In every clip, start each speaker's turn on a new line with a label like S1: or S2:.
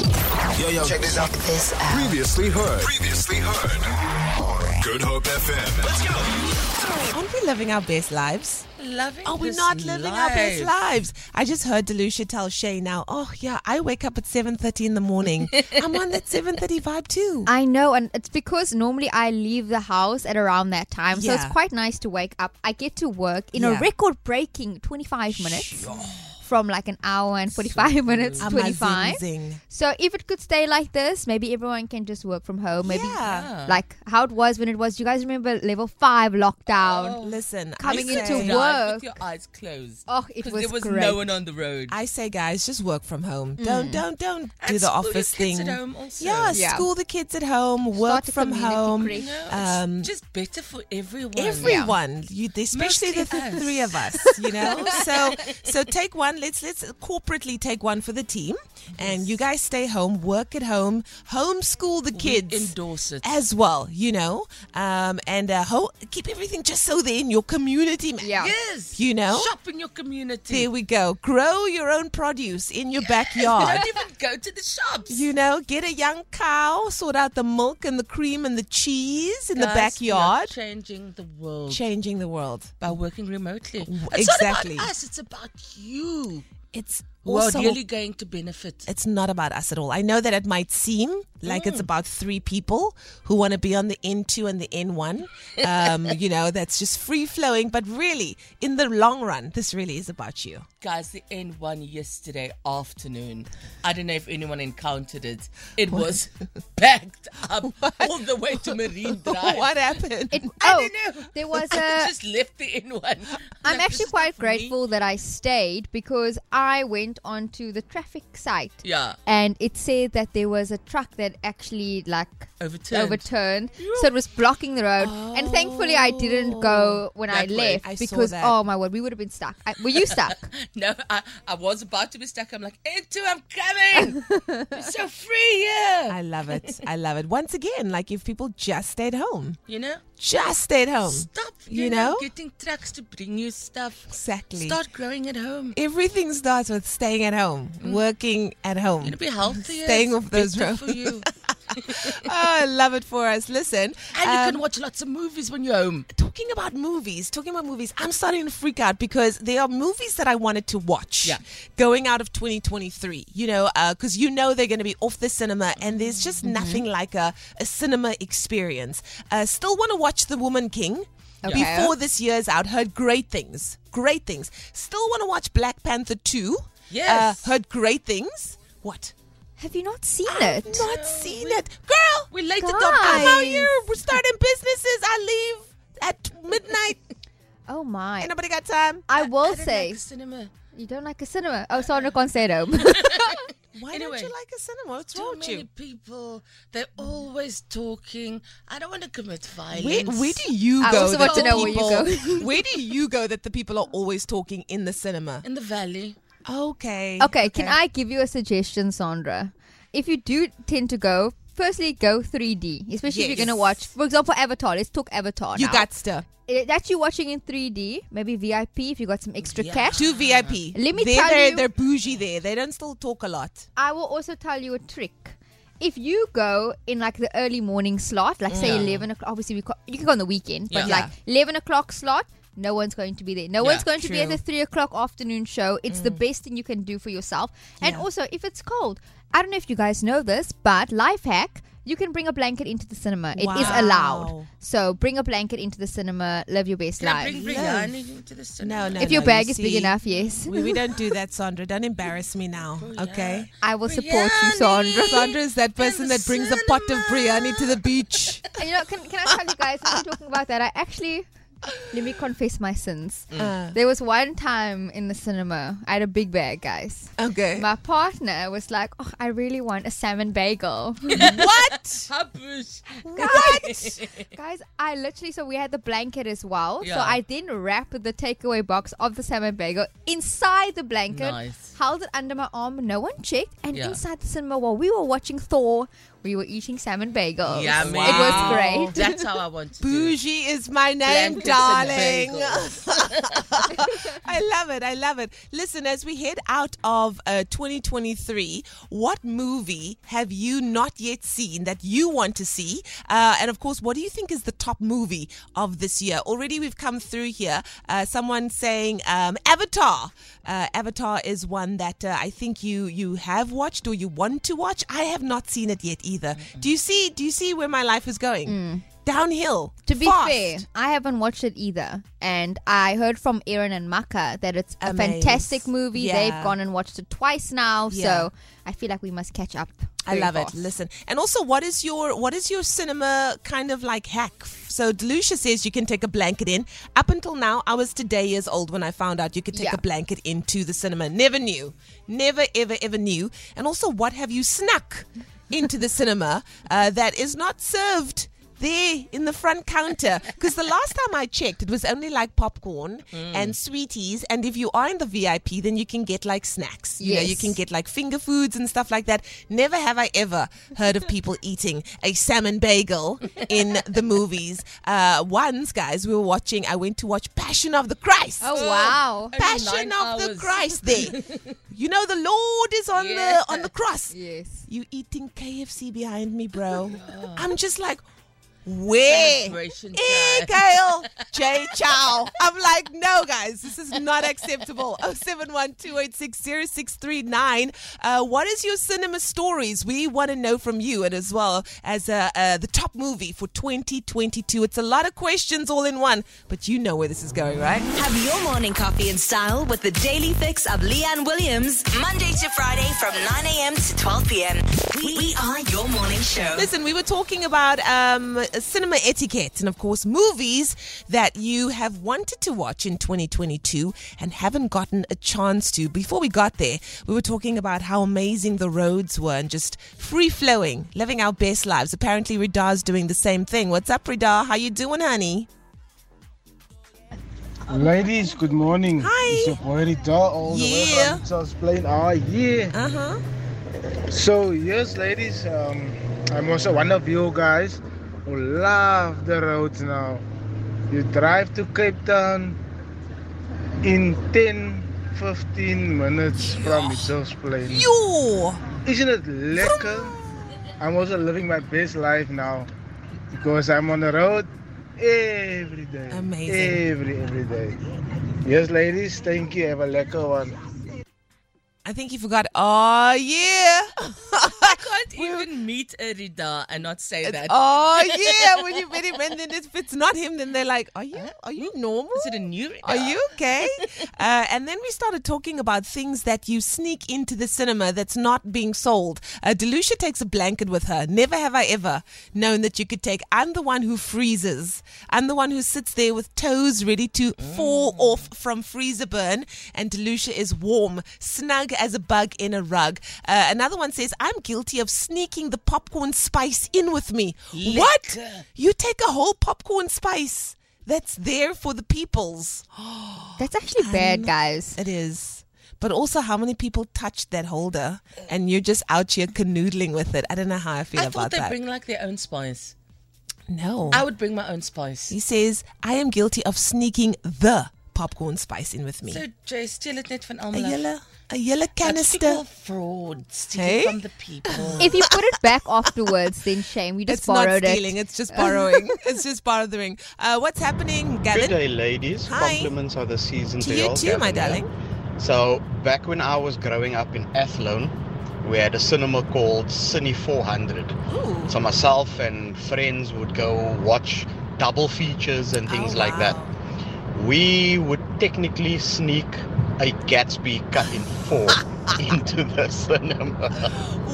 S1: yo, yo. Check this out.
S2: This out.
S3: Previously heard. Previously heard. Good Hope FM. Let's go.
S4: Aren't we living our best lives?
S5: Loving
S4: Are we
S5: this
S4: not living our best
S5: life.
S4: lives? I just heard Delucia tell Shay now, oh yeah, I wake up at 7.30 in the morning. I'm on that 7.30 vibe too.
S6: I know, and it's because normally I leave the house at around that time, so
S4: Yeah.
S6: it's quite nice to wake up. I get to work in
S4: Yeah.
S6: a record-breaking 25 minutes from like an hour and 45 minutes,
S4: Amazing.
S6: 25. So if it could stay like this, maybe everyone can just work from home. Maybe
S4: Yeah.
S6: like how it was when it was. Do you guys remember level five
S5: Oh.
S6: lockdown?
S4: Listen,
S6: Oh. Coming
S4: I
S6: into
S4: say,
S5: Drive
S6: work.
S5: with your eyes closed.
S6: Oh, it
S5: 'Cause
S6: was
S5: there was
S6: great.
S5: no one on the road.
S4: I say, guys, just work from home. Don't, don't, don't do
S5: And
S4: the
S5: school your
S4: office
S5: kids
S4: thing.
S5: at home also.
S4: Yeah,
S6: Yeah.
S4: school the kids at home, work
S6: Start a
S4: from
S6: community
S4: home.
S6: creation.
S5: No, it's
S4: Um,
S5: just better for everyone.
S4: Everyone, you, especially the
S5: Mostly
S4: th-
S5: us.
S4: three of us, you know. so, so take one. Let's let's corporately take one for the team, and you guys stay home, work at home, homeschool the kids.
S5: We endorse it.
S4: as well, you know, um, and uh, ho- keep everything just so they're in your community, man.
S6: Yeah.
S5: yes.
S4: You know?
S5: Shop in your community.
S4: There we go. Grow your own produce in your backyard.
S5: Don't even go to the shops.
S4: You know, get a young cow, sort out the milk and the cream and the cheese in the
S5: Guys, we are
S4: backyard.
S5: Changing the world.
S4: Changing the world.
S5: by working remotely.
S4: W-
S5: It's
S4: exactly.
S5: not about us, it's about you.
S4: It's
S5: Who are
S4: also
S5: really going to benefit.
S4: it's not about us at all. I know that it might seem like it's
S5: Mm.
S4: about three people who want to be on the N2 and the N1. Um, you know, that's just free flowing. But really, in the long run, this really is about you.
S5: Guys, the N1 yesterday afternoon. I don't know if anyone encountered it. It was packed up all the way to Marine Drive.
S4: what happened?
S6: It, oh,
S5: don't know.
S6: there was
S5: I
S6: a.
S5: just left the N1.
S6: I'm
S5: Like, this
S6: actually
S5: is not
S6: quite
S5: for me.
S6: grateful that I stayed because I went onto the traffic site.
S5: Yeah.
S6: And it said that there was a truck that actually like
S5: Overturned.
S6: overturned. So it was blocking the road. And thankfully I didn't go when I
S5: That way.
S6: left
S4: I saw
S6: because
S4: that.
S6: oh my word, we would have been stuck. I, were you stuck?
S5: No, I, I was about to be stuck. I'm like, N2, I'm coming. You're so free here.
S4: I love it. I love it. Once again, like if people just stayed home,
S5: you know?
S4: just stayed home.
S5: Stop,
S4: You
S5: you, know,
S4: know?
S5: getting trucks to bring you stuff.
S4: Exactly.
S5: Start growing at home.
S4: Everything starts with staying at home, working at home.
S5: It'll Mm. be healthier.
S4: Staying
S5: it's
S4: off those
S5: better
S4: roads.
S5: for you.
S4: oh, I love it for us. Listen,
S5: And you
S4: um,
S5: can watch lots of movies when you're home.
S4: talking about movies, talking about movies, I'm starting to freak out because there are movies that I wanted to watch
S5: Yeah.
S4: going out of 2023, you know, because you know they're going to be off the cinema and there's just
S5: Mm-hmm.
S4: nothing like a, a cinema experience. Uh, still want to watch The Woman King.
S6: Okay.
S4: Before this year's out, heard great things. Great things. Still want to watch Black Panther 2.
S5: Yes.
S4: Uh, heard great things. What?
S6: Have you not seen
S4: I've
S6: it?
S4: not seen it. Girl,
S5: We're late
S4: the
S5: to
S4: dog. I'm out
S6: Guys.
S4: here. We're starting businesses. I leave at midnight.
S6: Oh my.
S4: Ain't nobody got time.
S6: I will
S5: don't
S6: say
S5: like the cinema.
S6: you don't like a cinema. Oh, sorry, no concerto.
S4: Why
S5: Anyway.
S4: don't you like a cinema? What's wrong
S5: Too
S4: with
S5: many
S4: you?
S5: people. They're always talking. I don't want to commit violence.
S4: Where, where do you go?
S6: I also want
S4: that
S6: to
S4: the
S6: know where you go.
S4: people- where do you go that the people are always talking in the cinema?
S5: In the valley.
S4: Okay.
S6: Okay, can I give you a suggestion, Sandra? If you do tend to go, firstly go 3D, especially if you're going to
S4: Yes.
S6: watch, for example, Avatar. Let's talk Avatar.
S4: You
S6: now.
S4: got to
S6: Uh, that you're watching in 3D, maybe VIP if you got some extra
S5: Yeah.
S6: cash.
S4: do VIP.
S6: Let me
S4: they're,
S6: tell
S4: they're,
S6: you-
S4: They're bougie there. They don't still talk a lot.
S6: I will also tell you a trick. If you go in like the early morning slot, like say 11 o'clock, obviously we co- you can go on the weekend, but
S5: Yeah.
S6: like 11 o'clock slot, no one's going to be there. No
S5: Yeah, Mm.
S6: one's going to be at
S4: true.
S6: the 3 o'clock afternoon show. It's the best thing you can do for yourself. And also, if it's cold, I don't know if you guys know this, but life hack. You can bring a blanket into the cinema. It is
S4: Wow.
S6: allowed. So bring a blanket into the cinema. Live your best
S5: Can I
S6: life.
S5: bring Brianna into the cinema?
S4: No, no.
S6: if your
S4: no,
S6: bag
S4: you
S6: is big
S4: see.
S6: enough, yes.
S4: We, we don't do that, Sandra. Don't embarrass me now. Okay.
S6: I will support you, Sandra.
S4: Sandra is that person that brings a pot of biryani to the beach.
S6: And you know, can, can I tell you guys, since we're talking about that, I actually, let me confess my sins.
S4: Uh,
S6: There was one time in the cinema, I had a big bag, guys.
S4: okay.
S6: My partner was like, oh, I really want a salmon bagel.
S4: what?
S5: Habush.
S6: Guys, guys, I literally, so we had the blanket as well. So
S5: Yeah.
S6: I then wrapped the takeaway box of the salmon bagel inside the blanket,
S5: Nice.
S6: held it under my arm, no one checked. And
S5: Yeah.
S6: inside the cinema, while we were watching Thor, We were eating salmon
S4: Oh,
S6: bagels.
S5: Yummy.
S6: It was great.
S5: That's how I want to do it.
S4: Bougie is my name,
S5: Blankets and
S4: darling.
S5: bagels.
S4: I love it. I love it. Listen, as we head out of uh, 2023, what movie have you not yet seen that you want to see? Uh, and of course, what do you think is the top movie of this year? Already we've come through here. Uh, someone saying um, Avatar. Uh, Avatar is one that uh, I think you you have watched or you want to watch. I have not seen it yet either. Do you see? Do you see where my life is going? Downhill.
S6: Mm. To be
S4: fast.
S6: fair, I haven't watched it either. And I heard from Aaron and Maka that it's a
S4: Amaze.
S6: fantastic movie.
S4: Yeah.
S6: They've gone and watched it twice now.
S4: Yeah.
S6: So I feel like we must catch up.
S4: I
S6: very
S4: love
S6: fast.
S4: it. Listen, and also, what is your what is your cinema kind of like hack? So Delucia says you can take a blanket in. Up until now, I was today years old when I found out you could take
S6: Yeah.
S4: a blanket into the cinema. Never knew, never ever ever knew. And also, what have you snuck into the cinema uh, that is not served? There in the front counter, because the last time I checked, it was only like popcorn
S6: Mm.
S4: and sweeties. And if you are in the VIP, then you can get like snacks. You know, you
S6: Yes.
S4: can get like finger foods and stuff like that. Never have I ever heard of people eating a salmon bagel in the movies. Uh, once, guys, we were watching, I went to watch Passion of the Christ.
S6: Oh, wow.
S5: I-
S4: Passion
S5: Nine
S4: of the
S5: hours.
S4: Christ there. you know the Lord is on
S5: Yeah.
S4: the on the cross.
S6: Yes.
S4: You eating KFC behind me, bro. I'm just like where?
S5: Celebration
S4: Eh,
S5: time.
S4: Gail, Jay Chow. I'm like, no, guys, this is not acceptable. Oh, 071 Uh, what is your cinema stories? We want to know from you, and as well as uh, uh, the top movie for 2022. It's a lot of questions all in one, but you know where this is going, right?
S1: Have your morning coffee in style with the daily fix of Leanne Williams, Monday to Friday from 9 a.m. to 12 p.m. We, we are your morning show.
S4: Listen, we were talking about um, cinema etiquette and, of course, movies that you have wanted to watch in 2022 and haven't gotten a chance to. Before we got there, we were talking about how amazing the roads were and just free flowing, living our best lives. Apparently, Rida's doing the same thing. What's up, Rida? How you doing, honey?
S2: Ladies, good morning.
S4: Hi.
S2: It's your boy Rita, all
S4: Yeah.
S2: the way from South Plain. Ah, yeah.
S4: Uh huh.
S2: So, yes, ladies, um, I'm also one of you guys who love the roads now. You drive to Cape Town in 10, 15 minutes from Mitchell's Plain.
S4: Yo!
S2: Isn't it lekker? I'm also living my best life now because I'm on the road every day.
S4: Amazing.
S2: Every, every day. Yes, ladies, thank you. Have a lekker one.
S4: I think you forgot. Oh, yeah.
S5: Can't even meet a Rida and not say that.
S4: oh, yeah. When you meet him, and then if it's not him, then they're like, are you, are you normal?
S5: Is it a new Rida?
S4: Are you okay? uh, and then we started talking about things that you sneak into the cinema that's not being sold. Uh, Delucia takes a blanket with her. Never have I ever known that you could take. I'm the one who freezes. I'm the one who sits there with toes ready to fall
S5: Mm.
S4: off from freezer burn. And Delucia is warm, snug as a bug in a rug. Uh, another one says, I'm guilty of sneaking the popcorn spice in with me. What? You take a whole popcorn spice. That's there for the peoples.
S6: That's actually bad, guys.
S4: It is. But also, how many people touched that holder and you're just out here canoodling with it? I don't know how I feel
S5: I
S4: about
S5: thought they
S4: that.
S5: bring like their own spice.
S4: no.
S5: I would bring my own spice.
S4: he says, I am guilty of sneaking the popcorn spice in with me.
S5: So Jay, steal it net van
S4: a
S5: almal.
S4: yellow, a yellow
S5: Typical
S4: canister.
S5: fraud, steal
S4: Hey?
S5: from the people.
S6: If you put it back afterwards, then shame. We just
S4: It's not
S6: borrowed it.
S4: stealing, it's just borrowing. it's just borrowing. Uh, what's happening,
S7: Good
S4: Gavin?
S7: day, ladies.
S4: Hi.
S7: Compliments are the season
S4: To
S7: to
S4: you
S7: all,
S4: too, my
S7: Gavin, yeah?
S4: darling.
S7: So, back when I was growing up in Athlone, we had a cinema called Cine 400.
S4: Ooh.
S7: So, myself and friends would go watch double features and things
S4: Oh,
S7: like that. We would technically sneak a Gatsby cut in four into the cinema.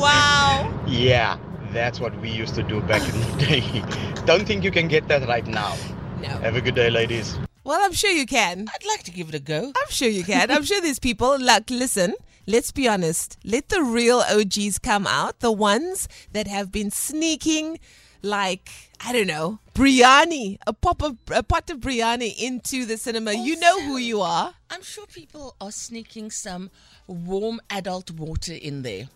S4: Wow.
S7: Yeah, that's what we used to do back in the day. Don't think you can get that right now.
S4: No.
S7: Have a good day, ladies.
S4: Well, I'm sure you can.
S5: I'd like to give it a go.
S4: I'm sure you can. I'm sure there's people. Like, listen, let's be honest. Let the real OGs come out, the ones that have been sneaking, like, I don't know, biryani, a, pop of, a pot of biryani into the cinema. You know who you are.
S5: I'm sure people are sneaking some warm adult water in there.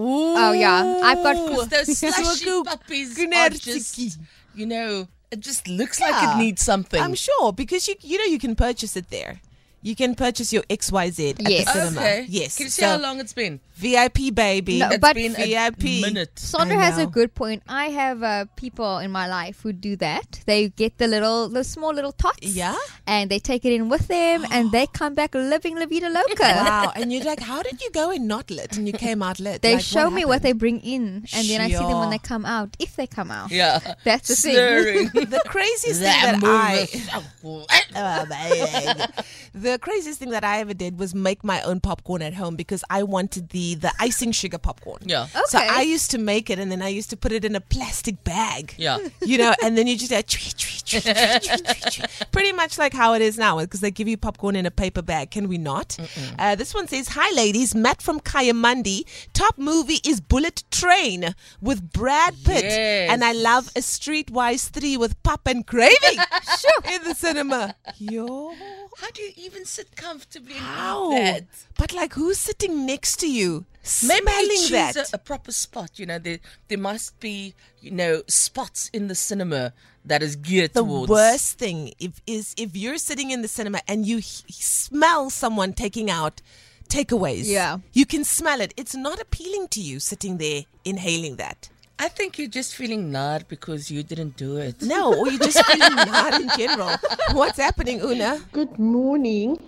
S6: Oh yeah, I've got
S5: Those slushy
S4: Soku
S5: puppies are
S4: Kunertsiki.
S5: just, you know, it just looks
S4: Yeah.
S5: like it needs something.
S4: I'm sure because you you know you can purchase it there. You can purchase your XYZ at
S6: Yes.
S4: the cinema.
S5: Okay.
S4: Yes.
S5: Can you see
S4: So,
S5: how long it's been?
S4: VIP baby.
S6: No,
S5: It's
S6: But
S5: been
S4: VIP.
S5: a minute.
S6: Sandra
S4: I
S6: has a
S4: know.
S6: good point. I have uh, people in my life who do that. They get the little, the small little tots,
S4: Yeah?
S6: and they take it in with them, and they come back living la vida loca.
S4: Wow. And you're like, how did you go in not lit and you came out lit?
S6: They
S4: Like,
S6: show me what
S4: happened?
S6: they bring in, and then I see them when
S4: Sure.
S6: they come out, if they come out.
S5: Yeah.
S6: That's the thing.
S5: Slurring.
S4: The craziest
S5: that
S4: thing that I
S5: move
S4: Oh, man. the craziest thing that I ever did was make my own popcorn at home because I wanted the the icing sugar popcorn.
S5: Yeah.
S4: So
S6: Okay.
S4: I used to make it and then I used to put it in a plastic bag.
S5: Yeah.
S4: You know, and then you just like, chui, chui, chui, chui, chui, chui, chui. pretty much like how it is now because they give you popcorn in a paper bag. Can we not? Uh, this one says, "Hi ladies, Matt from Kayamundi. Top movie is Bullet Train with Brad Pitt,
S5: Yes.
S4: and I love a Streetwise Three with pop and gravy in the cinema. Yo."
S5: How do you even sit comfortably and
S4: Ow.
S5: eat that?
S4: But like, who's sitting next to you?
S5: Maybe
S4: smelling
S5: choose
S4: that.
S5: A, a proper spot. You know, there there must be you know spots in the cinema that is geared
S4: the
S5: towards.
S4: worst thing if, is if you're sitting in the cinema and you h- smell someone taking out takeaways.
S6: Yeah.
S4: You can smell it. It's not appealing to you sitting there inhaling that.
S5: I think you're just feeling nard because you didn't do it.
S4: No, or you're just feeling mad in general. What's happening, Una?
S8: Good morning,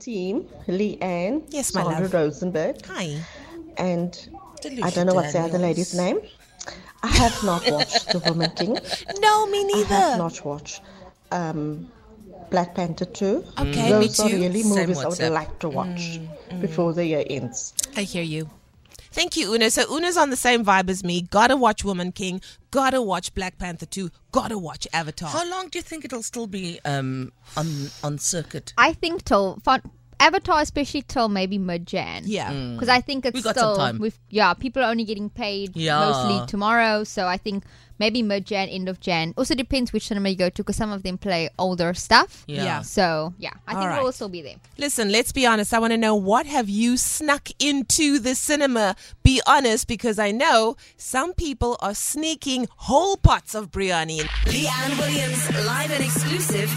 S8: team. Leanne.
S4: Yes, my
S8: Sandra
S4: love.
S8: Rosenberg.
S4: Hi.
S8: And I don't know what's the other lady's name. I have not watched The Woman King.
S4: No, me
S8: I have
S4: neither.
S8: not watched um, Black Panther 2.
S4: Okay, me
S8: Those are
S4: too. Mm,
S8: really
S5: Same
S8: movies I would
S5: WhatsApp.
S8: like to watch before the year ends.
S4: I hear you. Thank you, Una. So Una's on the same vibe as me. Gotta watch Woman King. Gotta watch Black Panther 2. Gotta watch Avatar.
S5: How long do you think it'll still be um, on on circuit?
S6: I think till fun, Avatar, especially till maybe mid Jan.
S4: Yeah.
S6: Because I think it's
S5: Mm. We got some
S6: still
S5: time.
S6: we've yeah people are only getting paid
S5: Yeah.
S6: mostly tomorrow, so I think maybe mid Jan, end of Jan. Also depends which cinema you go to, because some of them play older stuff.
S5: Yeah.
S4: Yeah.
S6: So yeah, I think
S4: Alright.
S6: we'll still be there.
S4: Listen, let's be honest. I want to know what have you snuck into the cinema? Be honest, because I know some people are sneaking whole pots of biryani. in.
S1: Leanne Williams, live and exclusive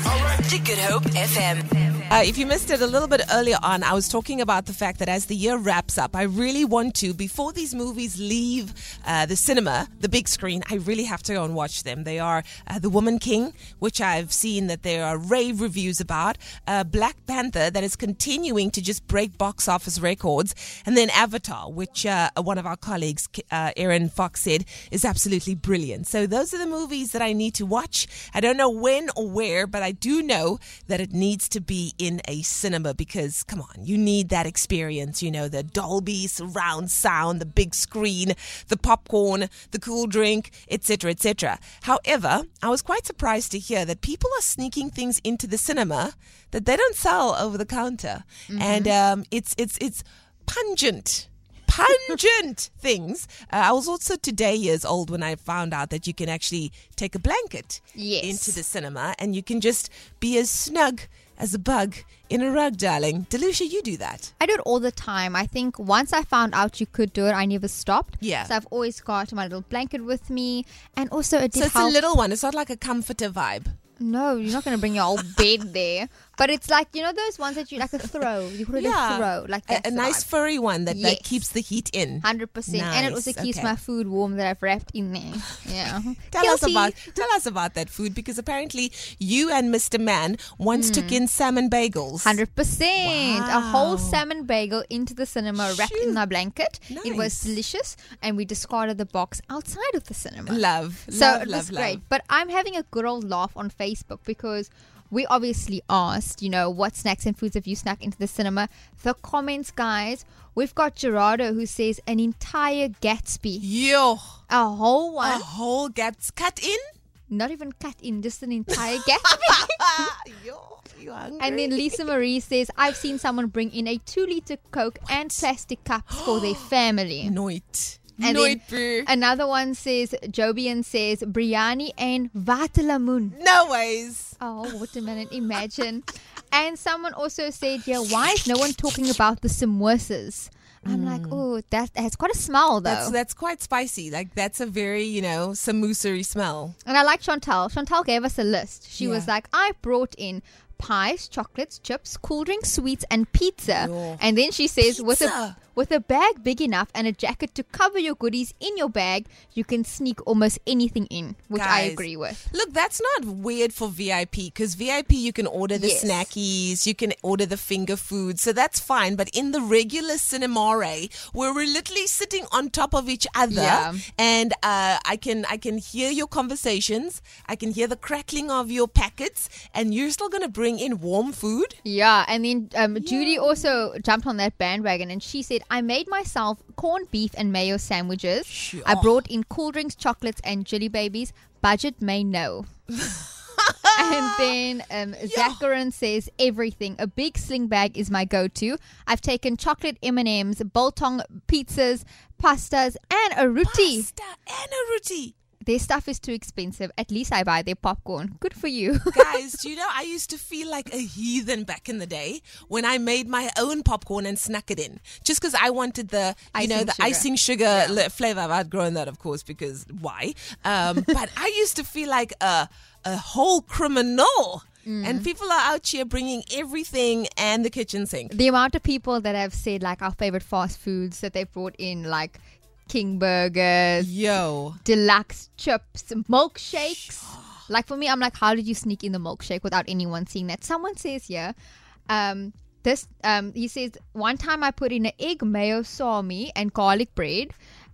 S1: to Good Hope FM.
S4: Uh, if you missed it a little bit earlier on, I was talking about the fact that as the year wraps up, I really want to, before these movies leave uh, the cinema, the big screen, I really have to go and watch them. They are uh, The Woman King, which I've seen that there are rave reviews about, uh, Black Panther, that is continuing to just break box office records, and then Avatar, which uh, one of our colleagues, uh, Aaron Fox, said is absolutely brilliant. So those are the movies that I need to watch. I don't know when or where, but I do know that it needs to be in a cinema because, come on, you need that experience. You know, the Dolby surround sound, the big screen, the popcorn, the cool drink, etc., etc. However, I was quite surprised to hear that people are sneaking things into the cinema that they don't sell over the counter, and um, it's it's it's pungent pungent things. Uh, I was also today years old when I found out that you can actually take a blanket
S6: Yes.
S4: into the cinema and you can just be as snug as a bug in a rug, darling. Delusia, you do that.
S6: I do it all the time. I think once I found out you could do it, I never stopped.
S4: Yeah.
S6: So I've always got my little blanket with me, and also it did
S4: So it's a
S6: help-
S4: little one. It's not like a comforter vibe.
S6: No, you're not going to bring your whole bed there. But it's like, you know, those ones that you like a throw. You put it a throw. Like
S4: a,
S6: that's
S4: a nice furry one that,
S6: Yes.
S4: that keeps the heat in.
S6: 100%. and it also
S4: Nice,
S6: keeps
S4: okay.
S6: my food warm that I've wrapped in there. Yeah.
S4: Tell
S6: Guilty.
S4: us about tell us about that food because apparently you and Mr. Man once
S6: Hmm.
S4: took in salmon bagels.
S6: 100%. A
S4: Wow.
S6: whole salmon bagel into the cinema wrapped in
S4: Shoot.
S6: my blanket. It was
S4: Nice.
S6: delicious. And we discarded the box outside of the cinema.
S4: Love,
S6: So
S4: love,
S6: it
S4: love,
S6: was
S4: love.
S6: great. But I'm having a good old laugh on Facebook because we obviously asked, you know, what snacks and foods have you snuck into the cinema? The comments, guys. We've got Gerardo who says an entire Gatsby,
S4: Yo,
S6: a whole
S4: a
S6: one,
S4: whole gap's cut in.
S6: not even cut in, just an entire Gatsby.
S4: Ah, yo, you hungry?
S6: and then Lisa Marie says, I've seen someone bring in a two liter Coke and plastic cups for their family.
S4: Nooit.
S6: And
S4: Nooit,
S6: then
S4: boo.
S6: another one says, Jobian says, biryani and vatalamun.
S4: No ways.
S6: Oh, watermelon, imagine. and someone also said, yeah, why is no one talking about the samosas? I'm like, oh, that has quite a smell though.
S4: Hmm. That's that's quite spicy. Like that's a very you know samoosery smell.
S6: And I like Chantal. Chantal gave us a list. She was
S4: Yeah.
S6: like, I brought in pies, chocolates, chips, cool drinks, sweets, and pizza. And then she says, with a
S4: Pizza!
S6: with a bag big enough and a jacket to cover your goodies in your bag, you can sneak almost anything in, which I
S4: Guys,
S6: agree with.
S4: Look, that's not weird for VIP because VIP you can order the
S6: Yes.
S4: snackies, you can order the finger food, so that's fine. But in the regular cinemare, where we're literally sitting on top of each other,
S6: Yeah.
S4: and uh, I can I can hear your conversations, I can hear the crackling of your packets, and you're still gonna bring in warm food.
S6: Yeah, and then um, Judy also jumped on that bandwagon and she said, I made myself corned beef and mayo sandwiches. I brought in cool drinks, chocolates, and jelly babies. Budget may know. and then um, Zacharin says everything. A big sling bag is my go-to. I've taken chocolate M&Ms, biltong pizzas, pastas, and a roti.
S4: Pasta and a roti.
S6: Their stuff is too expensive. At least I buy their popcorn. Good for you.
S4: Guys, do you know I used to feel like a heathen back in the day when I made my own popcorn and snuck it in, just because I wanted the you
S6: Icing
S4: know the
S6: sugar.
S4: icing sugar li- flavor. I'd grown that, of course, because why? Um, but I used to feel like a a whole criminal,
S6: Mm.
S4: and people are out here bringing everything and the kitchen sink.
S6: the amount of people that have said like our favorite fast foods that they've brought in like king burgers
S4: Yo,
S6: deluxe chips milkshakes like for me i'm like how did you sneak in the milkshake without anyone seeing that someone says yeah um this um he says one time i put in an egg mayo salmi and garlic bread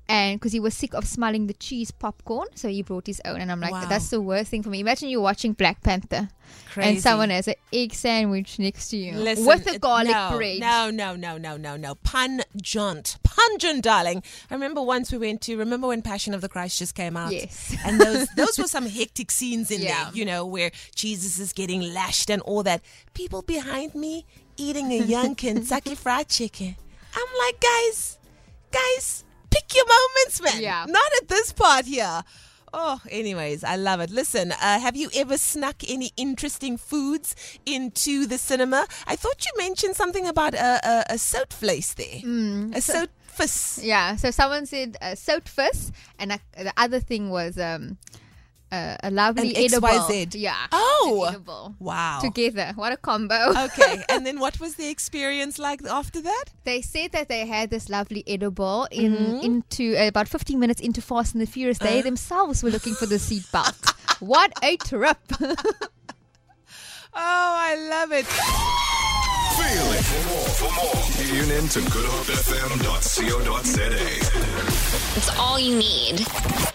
S6: and because he was sick of smelling the cheese popcorn so he brought his own and i'm like
S4: Wow.
S6: that's the worst thing for me imagine you're watching black panther and
S4: Crazy.
S6: someone has an egg sandwich next to you
S4: Listen,
S6: with a
S4: it-
S6: garlic
S4: no,
S6: bread
S4: No, no, no, no, no, no. Pungent. Pungent, darling. I remember once we went to, remember when Passion of the Christ just came out?
S6: Yes.
S4: And those, those were some hectic scenes in
S6: Yeah.
S4: there, you know, where Jesus is getting lashed and all that. People behind me eating a young Kentucky fried chicken. I'm like, guys, guys, pick your moments, man.
S6: Yeah.
S4: Not at this part here. Oh, anyways, I love it. Listen, uh, have you ever snuck any interesting foods into the cinema? I thought you mentioned something about a, a, a soat place there. Mm, a soat fuss.
S6: Yeah. So someone said uh, soaked fizz, and I, the other thing was um, uh, a lovely
S4: An
S6: edible.
S4: XYZ.
S6: Yeah.
S4: Oh.
S6: an edible.
S4: Wow.
S6: Together, what a combo!
S4: okay, and then what was the experience like after that?
S6: They said that they had this lovely edible in
S4: Mm-hmm.
S6: into uh, about 15 minutes into Fast and the Furious.
S4: Uh.
S6: They themselves were looking for the seatbelt. what a trip!
S4: Oh, I love it.
S3: Feel it. For more, for more, tune in to goodhopefm.co.za.
S9: It's all you need.